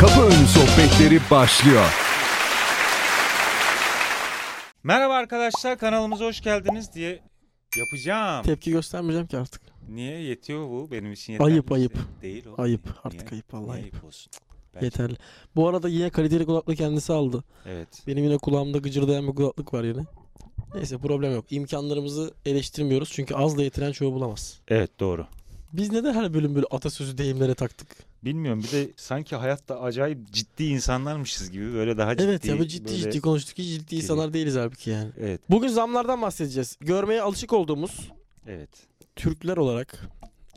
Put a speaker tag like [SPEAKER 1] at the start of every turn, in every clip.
[SPEAKER 1] Kapı Önü Sohbetleri başlıyor.
[SPEAKER 2] Merhaba arkadaşlar kanalımıza hoş geldiniz diye yapacağım.
[SPEAKER 3] Tepki göstermeyeceğim ki artık.
[SPEAKER 2] Niye yetiyor bu benim için yeterli.
[SPEAKER 3] Ayıp,
[SPEAKER 2] bir şey
[SPEAKER 3] ayıp.
[SPEAKER 2] Değil o.
[SPEAKER 3] Ayıp.
[SPEAKER 2] Niye?
[SPEAKER 3] Artık ayıp, vallahi
[SPEAKER 2] Niye
[SPEAKER 3] ayıp.
[SPEAKER 2] olsun. Belki-
[SPEAKER 3] Yeterli. Bu arada yine kaliteli kulaklığı kendisi aldı.
[SPEAKER 2] Evet.
[SPEAKER 3] Benim yine kulağımda gıcırdayan bir kulaklık var yine. Neyse problem yok. İmkanlarımızı eleştirmiyoruz çünkü azla yetiren çoğu bulamaz.
[SPEAKER 2] Evet doğru.
[SPEAKER 3] Biz neden her bölüm böyle atasözü deyimlere taktık?
[SPEAKER 2] Bilmiyorum bir de sanki hayatta acayip ciddi insanlarmışız gibi böyle daha ciddi.
[SPEAKER 3] evet ya böyle ciddi
[SPEAKER 2] böyle-
[SPEAKER 3] ciddi konuştuk ki ciddi insanlar değiliz halbuki yani.
[SPEAKER 2] Evet
[SPEAKER 3] Bugün zamlardan bahsedeceğiz. Görmeye alışık olduğumuz
[SPEAKER 2] evet.
[SPEAKER 3] Türkler olarak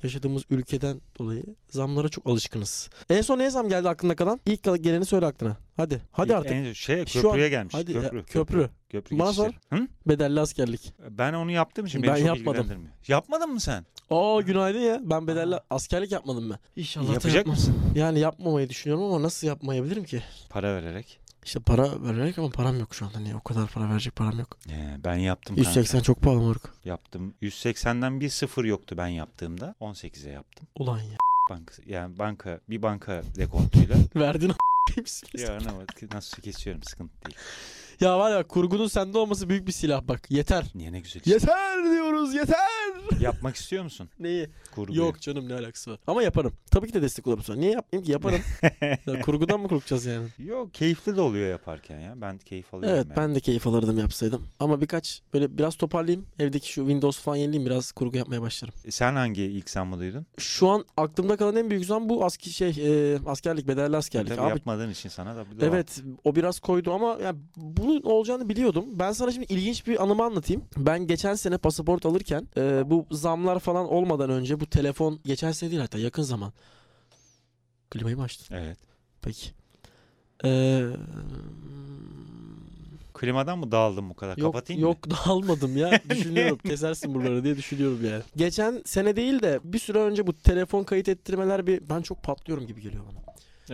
[SPEAKER 3] yaşadığımız ülkeden dolayı zamlara çok alışkınız. En son ne zam geldi aklına kalan? İlk geleni söyle aklına. Hadi. Hadi
[SPEAKER 2] İlk
[SPEAKER 3] artık.
[SPEAKER 2] en- şey
[SPEAKER 3] Şu
[SPEAKER 2] köprüye gelmiş.
[SPEAKER 3] Hadi ya,
[SPEAKER 2] köprü.
[SPEAKER 3] köprü.
[SPEAKER 2] Köprü
[SPEAKER 3] Bana
[SPEAKER 2] geçişleri. Hı?
[SPEAKER 3] Bedelli askerlik.
[SPEAKER 2] Ben onu yaptım için beni
[SPEAKER 3] Ben
[SPEAKER 2] çok
[SPEAKER 3] yapmadım.
[SPEAKER 2] ilgilendirmiyor. Yapmadın mı sen?
[SPEAKER 3] Aa günaydın ya. Ben bedelli askerlik yapmadım ben. İnşallah da
[SPEAKER 2] Yapacak
[SPEAKER 3] yapmam.
[SPEAKER 2] mısın?
[SPEAKER 3] Yani yapmamayı düşünüyorum ama nasıl yapmayabilirim ki?
[SPEAKER 2] Para vererek.
[SPEAKER 3] İşte para vererek ama param yok şu anda. Niye o kadar para verecek param yok.
[SPEAKER 2] He, Ee, ben yaptım. kanka.
[SPEAKER 3] 180 çok pahalı moruk.
[SPEAKER 2] Yaptım. 180'den bir sıfır yoktu ben yaptığımda. 18'e yaptım.
[SPEAKER 3] Ulan ya.
[SPEAKER 2] Banka, yani banka bir banka dekontuyla.
[SPEAKER 3] Verdin a**ayım
[SPEAKER 2] ya ama nasıl kesiyorum sıkıntı değil.
[SPEAKER 3] Ya var ya kurgunun sende olması büyük bir silah bak. Yeter.
[SPEAKER 2] Niye ne güzel. işte.
[SPEAKER 3] Yeter diyoruz yeter.
[SPEAKER 2] Yapmak istiyor musun?
[SPEAKER 3] Neyi?
[SPEAKER 2] Kurgu.
[SPEAKER 3] Yok canım ne alakası var. Ama yaparım. Tabii ki de destek olurum sana. Niye yapmayayım ki yaparım. ya, kurgudan mı korkacağız yani?
[SPEAKER 2] Yok keyifli de oluyor yaparken ya. Ben keyif alıyorum.
[SPEAKER 3] Evet
[SPEAKER 2] yani.
[SPEAKER 3] ben de keyif alırdım yapsaydım. Ama birkaç böyle biraz toparlayayım. Evdeki şu Windows falan yenileyim biraz kurgu yapmaya başlarım.
[SPEAKER 2] E, Sen hangi ilk sen mı duydun?
[SPEAKER 3] Şu an aklımda kalan en büyük zam bu aski şey e, askerlik bedelli askerlik.
[SPEAKER 2] Tabii
[SPEAKER 3] Abi,
[SPEAKER 2] yapmadığın için sana da bir de var.
[SPEAKER 3] evet o biraz koydu ama yani bunun olacağını biliyordum. Ben sana şimdi ilginç bir anımı anlatayım. Ben geçen sene pasaport alırken e, bu zamlar falan olmadan önce bu telefon geçen sene değil hatta yakın zaman. Klimayı mı açtın?
[SPEAKER 2] Evet.
[SPEAKER 3] Peki. Ee,
[SPEAKER 2] Klimadan mı dağıldın bu kadar?
[SPEAKER 3] Yok,
[SPEAKER 2] Kapatayım mı?
[SPEAKER 3] yok dağılmadım ya. düşünüyorum. Kesersin buraları diye düşünüyorum yani. Geçen sene değil de bir süre önce bu telefon kayıt ettirmeler bir... Ben çok patlıyorum gibi geliyor bana.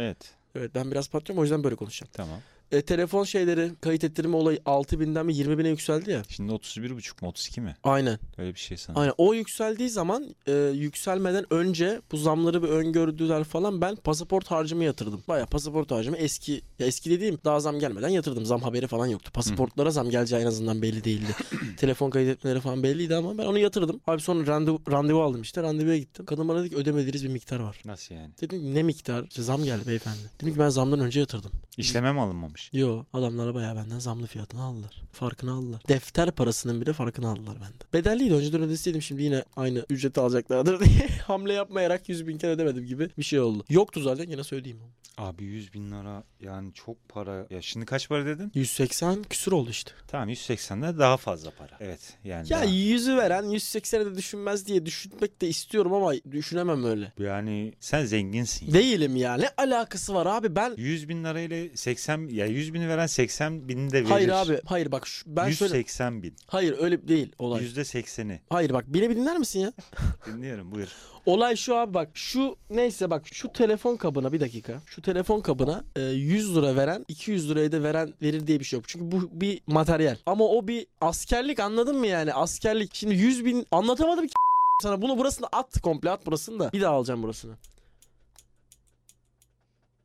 [SPEAKER 2] Evet.
[SPEAKER 3] Evet ben biraz patlıyorum o yüzden böyle konuşacağım.
[SPEAKER 2] Tamam.
[SPEAKER 3] E, telefon şeyleri kayıt ettirme olayı 6000'den mi 20.000'e yükseldi ya.
[SPEAKER 2] Şimdi 31,5 mu 32 mi?
[SPEAKER 3] Aynen.
[SPEAKER 2] Öyle bir şey sanırım.
[SPEAKER 3] Aynen. O yükseldiği zaman e, yükselmeden önce bu zamları bir öngördüler falan ben pasaport harcımı yatırdım. Baya pasaport harcımı eski ya eski dediğim daha zam gelmeden yatırdım. Zam haberi falan yoktu. Pasaportlara zam geleceği en azından belli değildi. Telefon kaydetmeleri falan belliydi ama ben onu yatırdım. Abi sonra randevu, randevu aldım işte randevuya gittim. Kadın bana dedi ki ödemediğiniz bir miktar var.
[SPEAKER 2] Nasıl yani?
[SPEAKER 3] Dedim ki ne miktar? İşte zam geldi beyefendi. Dedim ki ben zamdan önce yatırdım.
[SPEAKER 2] İşleme mi alınmamış?
[SPEAKER 3] Yo adamlara bayağı benden zamlı fiyatını aldılar. Farkını aldılar. Defter parasının bile farkını aldılar benden. Bedelliydi önceden ödeseydim şimdi yine aynı ücreti alacaklardır diye hamle yapmayarak 100 bin kere ödemedim gibi bir şey oldu. Yoktu zaten yine söyleyeyim.
[SPEAKER 2] Abi 100 bin lira yani çok para. Ya şimdi kaç para dedin?
[SPEAKER 3] 180 küsür oldu işte.
[SPEAKER 2] Tamam 180'de daha fazla para. Evet yani.
[SPEAKER 3] Ya
[SPEAKER 2] daha-
[SPEAKER 3] 100'ü veren 180'e de düşünmez diye düşünmek de istiyorum ama düşünemem öyle.
[SPEAKER 2] Yani sen zenginsin.
[SPEAKER 3] Değilim ya. Ne alakası var abi ben
[SPEAKER 2] 100 bin lirayla 80 ya 100 bini veren 80 bini de verir.
[SPEAKER 3] Hayır abi. Hayır bak şu- ben şöyle
[SPEAKER 2] 180 bin.
[SPEAKER 3] Hayır öyle değil olay.
[SPEAKER 2] Yüzde 80'i.
[SPEAKER 3] Hayır bak beni bir dinler misin ya?
[SPEAKER 2] Dinliyorum buyur.
[SPEAKER 3] Olay şu abi bak şu neyse bak şu telefon kabına bir dakika şu telefon kabına e, 100 lira veren 200 liraya da veren verir diye bir şey yok. Çünkü bu bir materyal ama o bir askerlik anladın mı yani askerlik şimdi 100 bin anlatamadım ki sana bunu burasını at komple at burasını da bir daha alacağım burasını.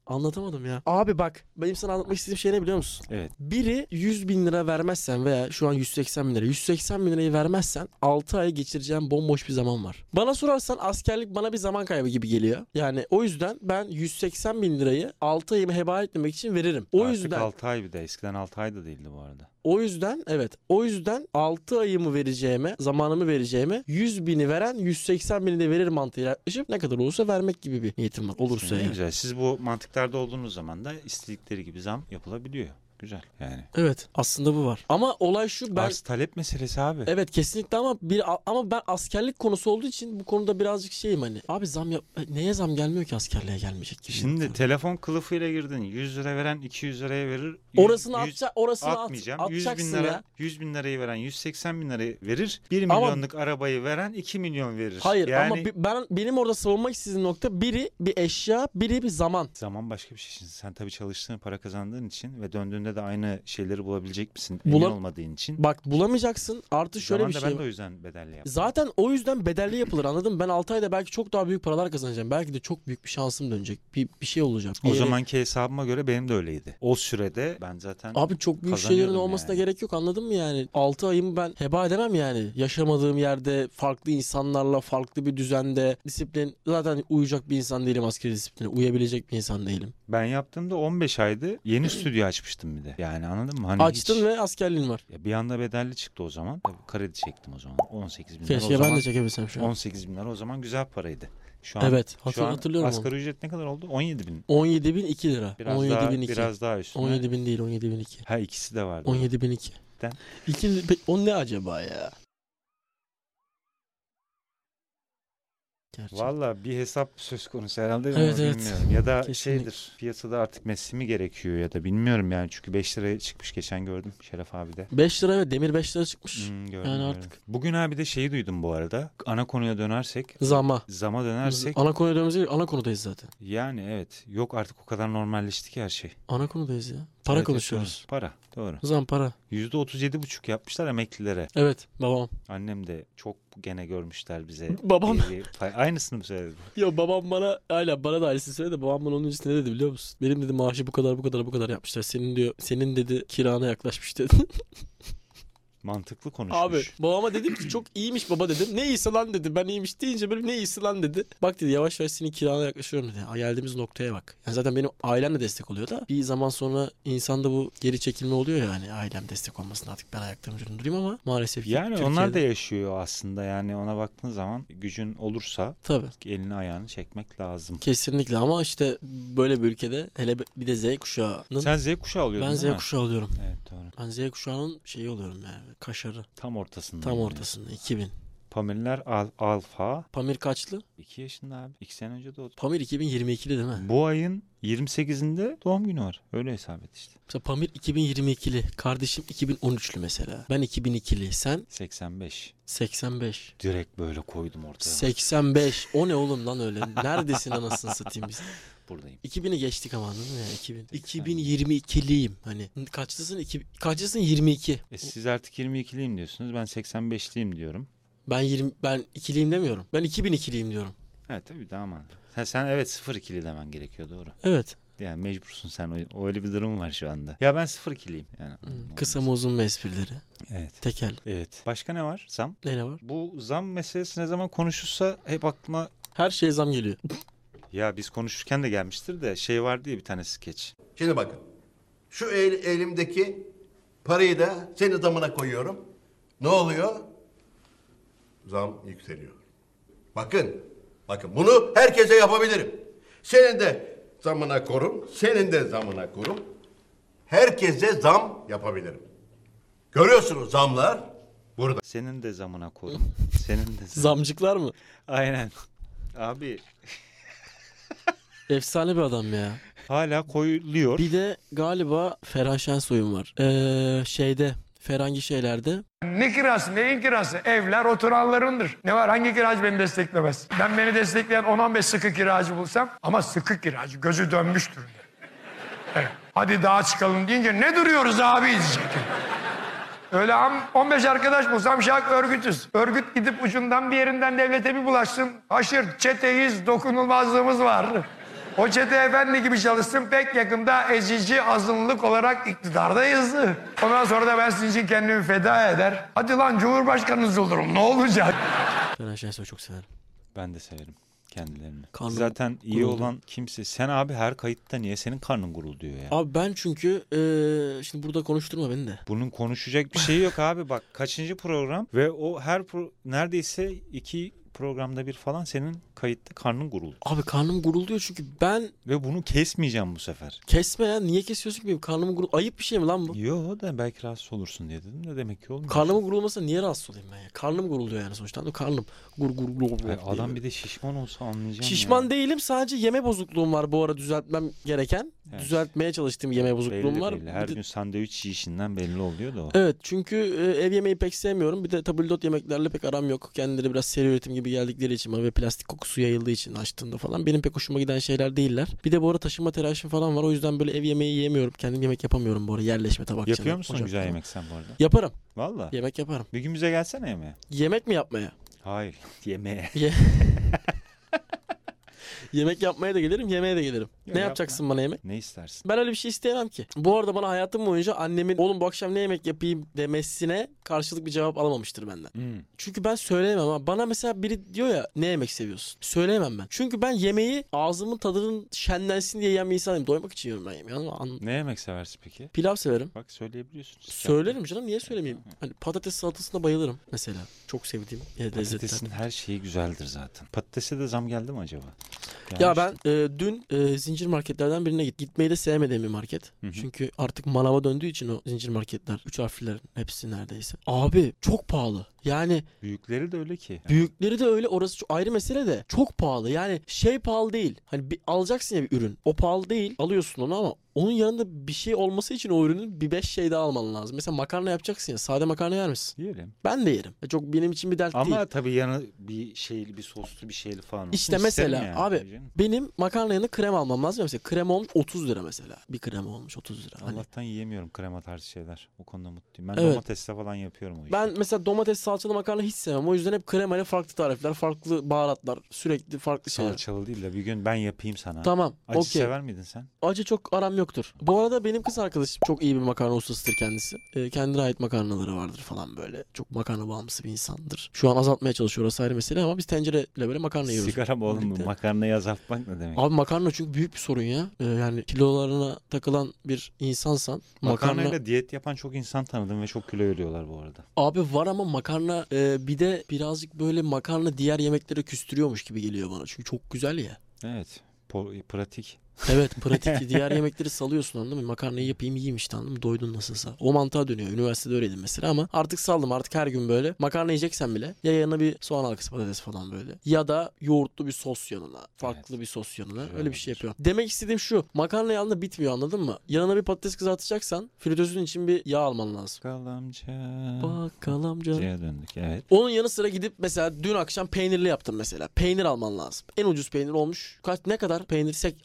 [SPEAKER 3] Anlatamadım ya. Abi bak benim sana anlatmak istediğim şey ne biliyor musun?
[SPEAKER 2] Evet.
[SPEAKER 3] Biri 100 bin lira vermezsen veya şu an 180 bin lira 180 bin lirayı vermezsen 6 ay geçireceğim bomboş bir zaman var. Bana sorarsan askerlik bana bir zaman kaybı gibi geliyor. Yani o yüzden ben 180 bin lirayı 6 ayımı heba etmemek için veririm. O
[SPEAKER 2] Artık
[SPEAKER 3] yüzden
[SPEAKER 2] 6 ay bir de eskiden 6 ay da değildi bu arada.
[SPEAKER 3] o yüzden evet o yüzden 6 ayımı vereceğime zamanımı vereceğime 100 bini veren 180 bini de verir mantığıyla yaklaşıp ne kadar olursa vermek gibi bir niyetim var. Olursa
[SPEAKER 2] Ne
[SPEAKER 3] yani.
[SPEAKER 2] güzel. Siz bu mantıklarda olduğunuz zaman da istedikleri gibi zam yapılabiliyor. Güzel yani.
[SPEAKER 3] Evet aslında bu var. Ama olay şu ben
[SPEAKER 2] Arz talep meselesi abi.
[SPEAKER 3] Evet kesinlikle ama bir ama ben askerlik konusu olduğu için bu konuda birazcık şeyim hani. Abi zam yap neye zam gelmiyor ki askerliğe gelmeyecek gibi.
[SPEAKER 2] Şimdi telefon kılıfıyla girdin. 100 lira veren 200 liraya verir. Yüz-
[SPEAKER 3] orasını
[SPEAKER 2] yüz-
[SPEAKER 3] atça orasını at,
[SPEAKER 2] Atmayacağım. 100 bin
[SPEAKER 3] atacaksın
[SPEAKER 2] lira,
[SPEAKER 3] ya.
[SPEAKER 2] 100 bin lirayı veren 180 bin lirayı verir. 1
[SPEAKER 3] Ama-
[SPEAKER 2] milyonluk arabayı veren 2 milyon verir.
[SPEAKER 3] Hayır
[SPEAKER 2] yani,
[SPEAKER 3] ama bi- ben benim orada savunmak istediğim nokta biri bir eşya, biri bir zaman.
[SPEAKER 2] Zaman başka bir şey. Şimdi sen tabii çalıştığın para kazandığın için ve döndüğünde dönemde de aynı şeyleri bulabilecek misin? Emin
[SPEAKER 3] Bulam-
[SPEAKER 2] olmadığın için.
[SPEAKER 3] Bak bulamayacaksın. Artı şöyle bir
[SPEAKER 2] Zamanında
[SPEAKER 3] şey.
[SPEAKER 2] ben de
[SPEAKER 3] var.
[SPEAKER 2] o yüzden bedelli yaptım.
[SPEAKER 3] Zaten o yüzden bedelli yapılır anladın mı? Ben 6 ayda belki çok daha büyük paralar kazanacağım. Belki de çok büyük bir şansım dönecek. Bir, bir şey olacak. Bir
[SPEAKER 2] O
[SPEAKER 3] yere-
[SPEAKER 2] zamanki hesabıma göre benim de öyleydi. O sürede ben zaten
[SPEAKER 3] Abi çok büyük şeylerin
[SPEAKER 2] Kazanıyordum
[SPEAKER 3] olmasına
[SPEAKER 2] yani.
[SPEAKER 3] gerek yok anladın mı yani? 6 ayımı ben heba edemem yani. Yaşamadığım yerde farklı insanlarla farklı bir düzende disiplin. Zaten uyacak bir insan değilim askeri disipline. Uyabilecek bir insan değilim.
[SPEAKER 2] ben yaptığımda 15 aydı. Yeni stüdyo açmıştım bir de. Yani anladın mı? Hani
[SPEAKER 3] Açtın
[SPEAKER 2] hiç-
[SPEAKER 3] ve askerliğin var.
[SPEAKER 2] Ya bir anda bedelli çıktı o zaman. Tabii Kredi çektim o zaman. 18 bin lira o
[SPEAKER 3] Keşke ben
[SPEAKER 2] zaman.
[SPEAKER 3] de çekebilsem şu an.
[SPEAKER 2] 18 bin lira o zaman güzel paraydı. Şu an,
[SPEAKER 3] Evet
[SPEAKER 2] şu
[SPEAKER 3] hatır,
[SPEAKER 2] an
[SPEAKER 3] hatırlıyorum onu.
[SPEAKER 2] asgari ücret ne kadar oldu? 17 bin.
[SPEAKER 3] 17.002 lira.
[SPEAKER 2] Biraz
[SPEAKER 3] 17.002.
[SPEAKER 2] daha, biraz daha üstüne.
[SPEAKER 3] 17.000 değil 17.002.
[SPEAKER 2] Ha ikisi de vardı.
[SPEAKER 3] 17.002.
[SPEAKER 2] Den.
[SPEAKER 3] İki, pe- o ne acaba ya? Gerçekten.
[SPEAKER 2] Valla bir hesap söz konusu herhalde ama
[SPEAKER 3] Evet, evet.
[SPEAKER 2] bilmiyorum. Ya da
[SPEAKER 3] Kesinlikle.
[SPEAKER 2] şeydir piyasada artık Messi mi gerekiyor ya da bilmiyorum yani. Çünkü 5 liraya çıkmış geçen gördüm Şeref abi de.
[SPEAKER 3] 5 lira ve demir 5 lira çıkmış.
[SPEAKER 2] Hmm, gördüm,
[SPEAKER 3] Yani
[SPEAKER 2] gördüm.
[SPEAKER 3] artık-
[SPEAKER 2] Bugün abi de şeyi duydum bu arada. Ana konuya dönersek,
[SPEAKER 3] Zama.
[SPEAKER 2] zama dönersek
[SPEAKER 3] Ana konuya dönmemiz gerekiyor. Ana konudayız zaten.
[SPEAKER 2] yani evet. Yok artık o kadar normalleşti ki her şey.
[SPEAKER 3] Ana konudayız ya. Para
[SPEAKER 2] Evet,
[SPEAKER 3] konuşuyoruz.
[SPEAKER 2] yapıyoruz. Para. Doğru.
[SPEAKER 3] O zaman para.
[SPEAKER 2] %37,5 yapmışlar emeklilere.
[SPEAKER 3] Evet babam.
[SPEAKER 2] Annem de çok gene görmüşler bize.
[SPEAKER 3] Babam.
[SPEAKER 2] Eli- pay- Aynısını mı söyledim?
[SPEAKER 3] Yo babam bana hala bana da aynısını söyledi. Babam bana onun için ne dedi biliyor musun? Benim dedi maaşı bu kadar bu kadar bu kadar yapmışlar. Senin diyor senin dedi kirana yaklaşmış dedi.
[SPEAKER 2] Mantıklı konuşmuş.
[SPEAKER 3] Abi babama dedim ki çok iyiymiş baba dedim. Ne iyisi lan dedi. Ben iyiymiş deyince böyle ne iyisi lan dedi. Bak dedi yavaş yavaş senin kirana yaklaşıyorum dedi. Ha, Geldiğimiz noktaya bak. Yani zaten benim ailem de destek oluyor da bir zaman sonra insanda bu geri çekilme oluyor yani. Ailem destek olmasın artık ben ayakta ucunu durayım ama maalesef ki
[SPEAKER 2] Yani onlar
[SPEAKER 3] Türkiye'de-
[SPEAKER 2] da yaşıyor aslında yani ona baktığın zaman gücün olursa
[SPEAKER 3] Tabii.
[SPEAKER 2] elini ayağını çekmek lazım.
[SPEAKER 3] Kesinlikle ama işte böyle bir ülkede hele bir de Z kuşağının
[SPEAKER 2] Sen Z kuşağı alıyordun
[SPEAKER 3] ben Z
[SPEAKER 2] değil mi?
[SPEAKER 3] kuşağı alıyorum.
[SPEAKER 2] Evet doğru.
[SPEAKER 3] Ben Z kuşağının şeyi oluyorum yani kaşarı
[SPEAKER 2] Tam ortasında.
[SPEAKER 3] tam
[SPEAKER 2] yani.
[SPEAKER 3] ortasında 2000.
[SPEAKER 2] Pameliler al- alfa.
[SPEAKER 3] Pamir kaçlı?
[SPEAKER 2] 2 yaşında abi. 2 sene önce doğdu.
[SPEAKER 3] Pamir 2022'li değil mi?
[SPEAKER 2] Bu ayın 28'inde doğum günü var. Öyle hesap et işte.
[SPEAKER 3] Mesela Pamir 2022'li, kardeşim 2013'lü mesela. Ben 2002'li, sen
[SPEAKER 2] 85.
[SPEAKER 3] 85.
[SPEAKER 2] Direkt böyle koydum ortaya.
[SPEAKER 3] 85. O ne oğlum lan öyle? Neredesin anasını satayım biz?
[SPEAKER 2] Buradayım.
[SPEAKER 3] 2000'i geçtik ama anladın mı ya? 2000.
[SPEAKER 2] 80.
[SPEAKER 3] 2022'liyim. Hani kaçlısın? İki, kaçlısın? 22.
[SPEAKER 2] E siz artık 22'liyim diyorsunuz. Ben 85'liyim diyorum.
[SPEAKER 3] Ben 20 ben ikiliyim demiyorum. Ben 2002'liyim diyorum.
[SPEAKER 2] Evet tabii daha mantıklı. Sen, sen evet 0-2'li demen gerekiyor doğru.
[SPEAKER 3] Evet.
[SPEAKER 2] Yani mecbursun sen o- o öyle bir durum var şu anda. Ya ben 0-2'liyim yani.
[SPEAKER 3] Kısa mı uzun mu esprileri?
[SPEAKER 2] Evet.
[SPEAKER 3] Tekel.
[SPEAKER 2] Evet. Başka ne var? Zam.
[SPEAKER 3] Ne ne var?
[SPEAKER 2] Bu zam meselesi ne zaman konuşulsa hep aklıma
[SPEAKER 3] Her şeye zam geliyor.
[SPEAKER 2] ya biz konuşurken de gelmiştir de şey var diye bir tane skeç.
[SPEAKER 4] Şimdi bakın. Şu el, elimdeki parayı da senin damına koyuyorum. Ne oluyor? Zam yükseliyor. Bakın. Bakın bunu herkese yapabilirim. Senin de zamına korum. Senin de zamına korum. Herkese zam yapabilirim. Görüyorsunuz zamlar burada.
[SPEAKER 2] Senin de zamına koydum. Senin de zam.
[SPEAKER 3] Zamcıklar mı?
[SPEAKER 2] Aynen. Abi
[SPEAKER 3] Efsane bir adam ya.
[SPEAKER 2] hala koyuluyor.
[SPEAKER 3] Bir de galiba Ferhan Şensoy'un var. Ee, şeyde Ferhangi şeylerde
[SPEAKER 5] Ne kirası neyin kirası? Evler oturanlarındır. Ne var hangi kiracı beni desteklemez? Ben beni destekleyen 10-15 sıkı kiracı bulsam ama sıkı kiracı gözü dönmüş durumda. Evet. Hadi dağa çıkalım deyince ne duruyoruz abi diyecek. Öyle am- 15 arkadaş bulsam şak örgütüz. Örgüt gidip ucundan bir yerinden devlete bir bulaşsın. Haşır çeteyiz dokunulmazlığımız var. O çete efendi gibi çalışsın pek yakında ezici azınlık olarak iktidardayız. Ondan sonra da ben sizin için kendimi feda eder. Hadi lan Cumhurbaşkanınız olurum ne olacak?
[SPEAKER 3] Ferhan Şensoy'u çok severim.
[SPEAKER 2] Ben de severim kendilerini.
[SPEAKER 3] Karnım
[SPEAKER 2] Zaten iyi
[SPEAKER 3] guruldu.
[SPEAKER 2] olan kimse. Sen abi her kayıtta niye senin karnın gurulduyor ya?
[SPEAKER 3] Abi ben çünkü ee, şimdi burada konuşturma beni de.
[SPEAKER 2] Bunun konuşacak bir şey yok abi bak kaçıncı program ve o her pro- neredeyse iki programda bir falan senin kayıtta karnın guruldu.
[SPEAKER 3] Abi karnım gurulduyor çünkü ben
[SPEAKER 2] Ve bunu kesmeyeceğim bu sefer.
[SPEAKER 3] kesme ya niye kesiyorsun ki benim karnımı gurul... Ayıp bir şey mi lan bu?
[SPEAKER 2] Yo da belki rahatsız olursun diye dedim de demek ki olmuyor.
[SPEAKER 3] Karnımın gurulmasına niye rahatsız olayım ben ya? Karnım guruluyor yani sonuçta. anladın mı? Karnım gur gur gur. gur
[SPEAKER 2] Ay,
[SPEAKER 3] diye
[SPEAKER 2] adam
[SPEAKER 3] böyle.
[SPEAKER 2] bir de şişman olsa anlayacağım.
[SPEAKER 3] Şişman
[SPEAKER 2] ya.
[SPEAKER 3] değilim sadece yeme bozukluğum var bu ara düzeltmem gereken. düzeltmeye çalıştığım yeme bozukluğum
[SPEAKER 2] Belli,
[SPEAKER 3] var.
[SPEAKER 2] belli. Her
[SPEAKER 3] Bir de-
[SPEAKER 2] gün sandviç yiyişinden belli oluyor da o.
[SPEAKER 3] Evet çünkü e, ev yemeği pek sevmiyorum. Bir de tabldot yemeklerle pek aram yok. Kendileri biraz seri üretim gibi geldikleri için bana ve plastik kokusu yayıldığı için açtığında falan. Benim pek hoşuma giden şeyler değiller. Bir de bu ara taşınma telaşım falan var. O yüzden böyle ev yemeği yiyemiyorum. Kendim yemek yapamıyorum bu ara. Yerleşme tabakçılığı.
[SPEAKER 2] Yapıyor musun
[SPEAKER 3] ocak
[SPEAKER 2] güzel
[SPEAKER 3] falan.
[SPEAKER 2] yemek sen bu arada?
[SPEAKER 3] Yaparım.
[SPEAKER 2] Valla.
[SPEAKER 3] Yemek yaparım.
[SPEAKER 2] Bir gün bize gelsene yemeğe.
[SPEAKER 3] Yemek mi yapmaya?
[SPEAKER 2] Hayır. Yemeğe.
[SPEAKER 3] Ye- yemek yapmaya da gelirim, yemeğe de gelirim.
[SPEAKER 2] Ya yapma.
[SPEAKER 3] ne yapacaksın bana yemek?
[SPEAKER 2] Ne istersin?
[SPEAKER 3] Ben öyle bir şey isteyemem ki. Bu arada bana hayatım boyunca annemin oğlum bu akşam ne yemek yapayım demesine karşılık bir cevap alamamıştır benden.
[SPEAKER 2] Hmm.
[SPEAKER 3] Çünkü ben söyleyemem ama bana mesela biri diyor ya ne yemek seviyorsun? Söyleyemem ben. Çünkü ben yemeği ağzımın tadının şenlensin diye yiyen bir insanım. Doymak için yiyorum ben yemeği. anladın mı? An-
[SPEAKER 2] Ne yemek seversin peki?
[SPEAKER 3] Pilav severim.
[SPEAKER 2] Bak söyleyebiliyorsun.
[SPEAKER 3] Söylerim canım niye söylemeyeyim? Hani patates salatasına bayılırım mesela. Çok sevdiğim e, lezzetler.
[SPEAKER 2] Patatesin her şeyi güzeldir zaten. Patatese de zam geldi mi acaba?
[SPEAKER 3] Ya
[SPEAKER 2] Gelmiş.
[SPEAKER 3] ben e, dün e, zincir marketlerden birine git. Gitmeyi de sevmediğim bir market.
[SPEAKER 2] Hı hı.
[SPEAKER 3] Çünkü artık manava döndüğü için o zincir marketler. Üç harflilerin hepsi neredeyse. Abi çok pahalı. Yani
[SPEAKER 2] Büyükleri de öyle ki.
[SPEAKER 3] büyükleri de öyle orası çok ayrı mesele de çok pahalı. Yani şey pahalı değil. Hani bir, alacaksın ya bir ürün. O pahalı değil. Alıyorsun onu ama onun yanında bir şey olması için o ürünün bir beş şey daha alman lazım. Mesela makarna yapacaksın ya. Sade makarna yer misin?
[SPEAKER 2] Diyelim.
[SPEAKER 3] Ben de yerim. E, Çok benim için bir dert değil.
[SPEAKER 2] Ama tabii yanı bir şeyli bir soslu bir şeyli falan. olsun
[SPEAKER 3] İşte
[SPEAKER 2] isterim
[SPEAKER 3] mesela
[SPEAKER 2] yani.
[SPEAKER 3] abi
[SPEAKER 2] Tabii canım.
[SPEAKER 3] benim makarna yanında krem almam lazım. ya. Mesela krem olmuş 30 lira mesela. Bir krem olmuş 30 lira. Hani
[SPEAKER 2] Allah'tan yiyemiyorum krema tarzı şeyler. O konuda mutluyum. Ben
[SPEAKER 3] Evet.
[SPEAKER 2] domatesle falan yapıyorum o işi.
[SPEAKER 3] ben mesela domates salçalı makarna hiç sevmem. O yüzden hep krema ile farklı tarifler, farklı baharatlar, sürekli farklı şeyler.
[SPEAKER 2] Salçalı değil de bir gün ben yapayım sana.
[SPEAKER 3] şey- Tamam.
[SPEAKER 2] Acı
[SPEAKER 3] Okey.
[SPEAKER 2] sever miydin sen?
[SPEAKER 3] Acı çok aram yoktur. Bu arada benim kız arkadaşım çok iyi bir makarna ustasıdır kendisi. Ee, kendine ait makarnaları vardır falan böyle. Çok makarna bağımlısı bir insandır. Şu an azaltmaya çalışıyor orası ayrı mesele ama biz tencereyle böyle makarna yiyoruz.
[SPEAKER 2] Sigara mı oğlum bu?
[SPEAKER 3] Birlikte.
[SPEAKER 2] Makarnayı azaltmak ne demek?
[SPEAKER 3] Abi makarna çünkü büyük bir sorun ya. Ee, yani kilolarına takılan bir insansan makarna
[SPEAKER 2] Makarnayla diyet yapan çok insan tanıdım ve çok kilo veriyorlar bu arada.
[SPEAKER 3] Abi var ama makarna e, bir de birazcık böyle makarna diğer yemeklere küstürüyormuş gibi geliyor bana. Çünkü çok güzel ya.
[SPEAKER 2] Evet. po- pratik.
[SPEAKER 3] Evet pratik diğer yemekleri salıyorsun anladın mı? Makarnayı yapayım yiyeyim işte anladın mı? Doydun nasılsa. O mantığa dönüyor. Üniversitede öyleydim mesela ama artık saldım. Artık her gün böyle makarna yiyeceksen bile ya yanına bir soğan halkası patates falan böyle. Ya da yoğurtlu bir sos yanına. Farklı bir sos yanına.
[SPEAKER 2] Güzel
[SPEAKER 3] Öyle bir şey
[SPEAKER 2] olabilir.
[SPEAKER 3] yapıyorum. Demek istediğim şu. Makarna yanında bitmiyor anladın mı? Yanına bir patates kızartacaksan fritözün için bir yağ alman lazım.
[SPEAKER 2] Bakkal amca.
[SPEAKER 3] Bakkal amca.
[SPEAKER 2] Şeye döndük evet.
[SPEAKER 3] Onun yanı sıra gidip mesela dün akşam peynirli yaptım mesela. Peynir alman lazım. En ucuz peynir olmuş. Kaç ne kadar peynir? Sek-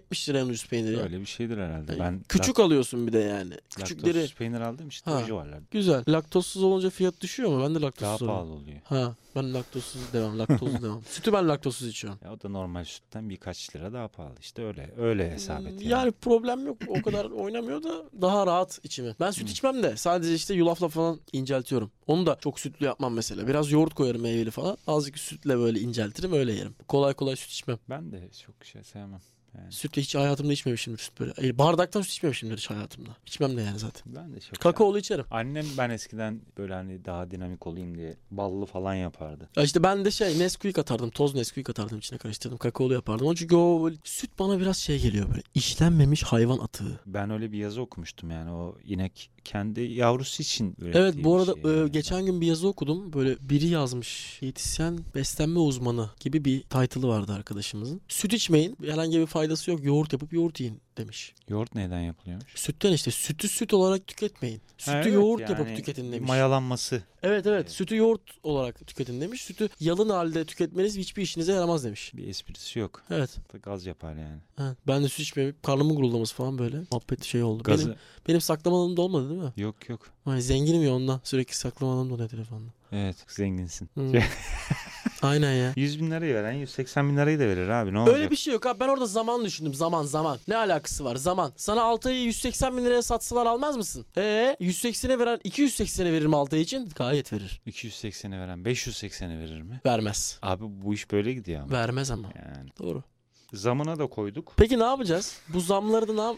[SPEAKER 3] 60-70 lira en ucuz peyniri.
[SPEAKER 2] Öyle bir şeydir herhalde.
[SPEAKER 3] Yani
[SPEAKER 2] Ben
[SPEAKER 3] e, Küçük alıyorsun bir de yani.
[SPEAKER 2] lak-
[SPEAKER 3] Küçükleri.
[SPEAKER 2] laktozsuz peynir aldım işte
[SPEAKER 3] Ha.
[SPEAKER 2] o civarlarda.
[SPEAKER 3] Güzel. Laktozsuz olunca fiyat düşüyor mu? Ben de laktozsuz
[SPEAKER 2] Daha
[SPEAKER 3] alıyorum.
[SPEAKER 2] pahalı oluyor.
[SPEAKER 3] Ha ben laktozsuz devam. Laktozlu devam. Sütü ben laktozsuz içiyorum.
[SPEAKER 2] Ya o da normal sütten birkaç lira daha pahalı. İşte öyle öyle hesap et.
[SPEAKER 3] Yani. problem yok. O kadar oynamıyor da daha rahat içimi. Ben süt içmem de sadece işte yulafla falan inceltiyorum. Onu da çok sütlü yapmam mesela. Biraz yoğurt koyarım meyveli falan. Azıcık sütle böyle inceltirim öyle yerim. Kolay kolay süt içmem.
[SPEAKER 2] Ben de çok şey sevmem. Yani
[SPEAKER 3] Sütle hiç hayatımda içmemişimdir süt böyle. E, Bardaktan süt içmemişimdir hiç hayatımda. İçmem de yani zaten.
[SPEAKER 2] ben de çok
[SPEAKER 3] Kakaolu içerim.
[SPEAKER 2] Annem ben eskiden böyle hani daha dinamik olayım diye ballı falan yapardı.
[SPEAKER 3] Ya işte ben de şey Nesquik atardım. Toz Nesquik atardım içine karıştırdım. Kakaolu yapardım. Onun çünkü o böyle, süt bana biraz şey geliyor böyle. İşlenmemiş hayvan atığı.
[SPEAKER 2] Ben öyle bir yazı okumuştum yani o inek kendi yavrusu için ürettiği
[SPEAKER 3] Evet bu
[SPEAKER 2] bir
[SPEAKER 3] arada
[SPEAKER 2] şey
[SPEAKER 3] e,
[SPEAKER 2] yani.
[SPEAKER 3] geçen gün bir yazı okudum. Böyle biri yazmış. Diyetisyen beslenme uzmanı gibi bir title'ı vardı arkadaşımızın. Süt içmeyin. Herhangi bir faydası yok. Yoğurt yapıp yoğurt yiyin demiş.
[SPEAKER 2] Yoğurt neyden yapılıyormuş?
[SPEAKER 3] Sütten işte sütü süt olarak tüketmeyin. Sütü
[SPEAKER 2] Şey. Ha, evet,
[SPEAKER 3] yoğurt
[SPEAKER 2] yani
[SPEAKER 3] yapıp tüketin demiş.
[SPEAKER 2] Mayalanması.
[SPEAKER 3] Evet evet sütü yoğurt olarak tüketin demiş. Sütü yalın halde tüketmeniz hiçbir işinize yaramaz demiş.
[SPEAKER 2] Bir esprisi yok.
[SPEAKER 3] Evet.
[SPEAKER 2] Gaz yapar yani.
[SPEAKER 3] Ha, Ben de süt içmeyip karnımın gurulaması falan böyle muhabbet şey oldu.
[SPEAKER 2] Gazı
[SPEAKER 3] Benim, benim saklama alanım da olmadı değil mi?
[SPEAKER 2] yok yok.
[SPEAKER 3] Ay, zenginim ya ondan sürekli saklama alanım da oluyor telefonda.
[SPEAKER 2] Evet zenginsin.
[SPEAKER 3] Hmm. Aynen ya.
[SPEAKER 2] 100 bin lirayı veren 180 bin lirayı da verir abi ne olacak?
[SPEAKER 3] Öyle bir şey yok abi ben orada zaman düşündüm zaman zaman. Ne alakası var zaman. Sana Altay'ı 180 bin liraya satsalar almaz mısın? Eee 180'e veren 280'e verir mi Altay için? Gayet verir.
[SPEAKER 2] 280'i veren 580'i verir mi?
[SPEAKER 3] Vermez.
[SPEAKER 2] Abi bu iş böyle gidiyor ama.
[SPEAKER 3] Vermez ama.
[SPEAKER 2] Yani
[SPEAKER 3] Doğru.
[SPEAKER 2] zamına da koyduk.
[SPEAKER 3] Peki ne yapacağız? Bu zamları da ne yap...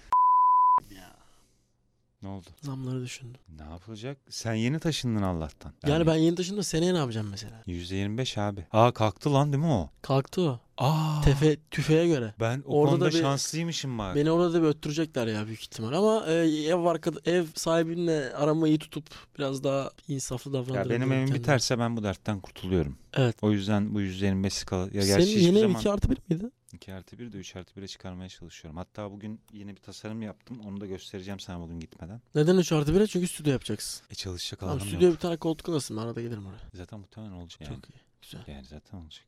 [SPEAKER 2] Ne oldu?
[SPEAKER 3] Zamları düşündüm.
[SPEAKER 2] Ne yapılacak? Sen yeni taşındın Allah'tan.
[SPEAKER 3] Yani ben yeni taşındım seneye ne yapacağım mesela?
[SPEAKER 2] %25 abi. Aa kalktı lan değil mi o?
[SPEAKER 3] Kalktı o.
[SPEAKER 2] Aa,
[SPEAKER 3] Tefe tüfeğe göre.
[SPEAKER 2] ben o
[SPEAKER 3] Ah. Orada
[SPEAKER 2] konuda
[SPEAKER 3] da bir-
[SPEAKER 2] şanslıymışım bari.
[SPEAKER 3] Beni orada da bir öttürecekler ya büyük ihtimal ama e, ev arkada, ev sahibinle aramayı iyi tutup biraz daha insaflı
[SPEAKER 2] Ya
[SPEAKER 3] davranabilirim.
[SPEAKER 2] benim evim
[SPEAKER 3] kendime.
[SPEAKER 2] biterse ben bu dertten kurtuluyorum.
[SPEAKER 3] Evet.
[SPEAKER 2] O yüzden bu yüzlerin vesikalı. Ya gerçi
[SPEAKER 3] Senin
[SPEAKER 2] hiçbir
[SPEAKER 3] yeni ev
[SPEAKER 2] zaman
[SPEAKER 3] 2 artı 1 miydi?
[SPEAKER 2] 2 artı 1 de 3 artı 1'e çıkarmaya çalışıyorum. Hatta bugün yeni bir tasarım yaptım. Onu da göstereceğim sana bugün gitmeden.
[SPEAKER 3] Neden 3 artı 1'e? Çünkü stüdyo yapacaksın.
[SPEAKER 2] E çalışacak
[SPEAKER 3] Tamam,
[SPEAKER 2] alanım
[SPEAKER 3] stüdyo
[SPEAKER 2] yok.
[SPEAKER 3] bir tane koltuk alırsın. Ben arada gelirim oraya.
[SPEAKER 2] Zaten muhtemelen olacak yani.
[SPEAKER 3] Çok iyi. Güzel.
[SPEAKER 2] Yani zaten olacak.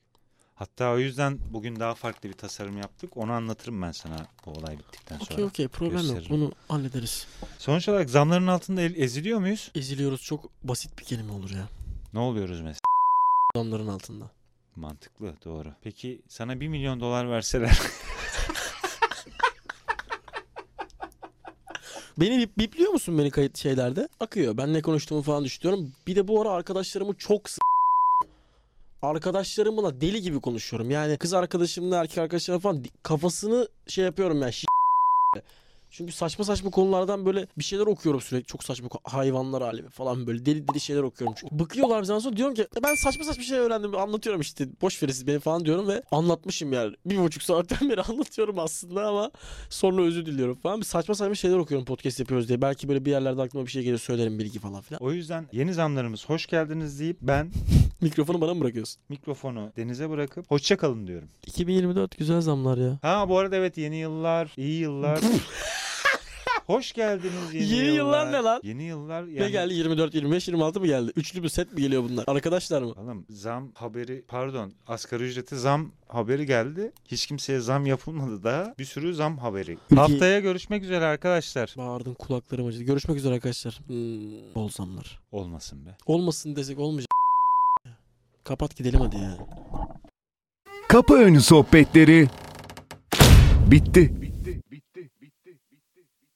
[SPEAKER 2] Hatta o yüzden bugün daha farklı bir tasarım yaptık. Onu anlatırım ben sana bu olay bittikten sonra.
[SPEAKER 3] Okey okey problem yok.
[SPEAKER 2] gösteririm.
[SPEAKER 3] Bunu hallederiz.
[SPEAKER 2] Sonuç olarak zamların altında el- eziliyor muyuz?
[SPEAKER 3] Eziliyoruz çok basit bir kelime olur ya.
[SPEAKER 2] Ne oluyoruz mesela?
[SPEAKER 3] Adamların altında.
[SPEAKER 2] Mantıklı doğru. Peki sana 1 milyon dolar verseler
[SPEAKER 3] Beni bip, bipliyor musun beni kayıt şeylerde? Akıyor. Ben ne konuştuğumu falan düşünüyorum. Bir de bu ara arkadaşlarımı çok s- Arkadaşlarımla deli gibi konuşuyorum. Yani kız arkadaşımla erkek arkadaşlarımla falan di- kafasını şey yapıyorum ya. şi- Çünkü saçma saçma konulardan böyle bir şeyler okuyorum sürekli. Çok saçma ko- hayvanlar alemi falan böyle deli deli şeyler okuyorum. Çünkü bıkıyorlar bir zaman sonra diyorum ki "E ben saçma saçma şey öğrendim anlatıyorum işte boş verin siz beni falan diyorum ve anlatmışım yani. Bir buçuk saatten beri anlatıyorum aslında ama Sonra özür diliyorum falan. Bir saçma saçma şeyler okuyorum podcast yapıyoruz diye. Belki böyle bir yerlerde aklıma bir şey gelir söylerim bilgi falan filan.
[SPEAKER 2] O yüzden yeni zamlarımız hoş geldiniz deyip ben
[SPEAKER 3] Mikrofonu bana mı bırakıyorsun?
[SPEAKER 2] mikrofonu denize bırakıp hoşça kalın diyorum.
[SPEAKER 3] 2024 güzel zamlar ya.
[SPEAKER 2] Ha bu arada evet yeni yıllar, iyi yıllar. hoş geldiniz yeni,
[SPEAKER 3] Yeni yıllar ne lan?
[SPEAKER 2] Yeni yıllar
[SPEAKER 3] Ne
[SPEAKER 2] yani.
[SPEAKER 3] geldi 24, 25, 26 mı geldi? Üçlü bir set mi geliyor bunlar? Arkadaşlar mı?
[SPEAKER 2] Oğlum zam haberi pardon asgari ücreti zam haberi geldi. Hiç kimseye zam yapılmadı daha. Bir sürü zam haberi.
[SPEAKER 3] Peki-
[SPEAKER 2] Haftaya görüşmek üzere arkadaşlar.
[SPEAKER 3] Bağırdım kulaklarım acıdı. Görüşmek üzere arkadaşlar. Hmm, bol zamlar.
[SPEAKER 2] Olmasın be.
[SPEAKER 3] Olmasın desek olmayacak. Kapat gidelim hadi ya.
[SPEAKER 1] Kapı önü sohbetleri bitti.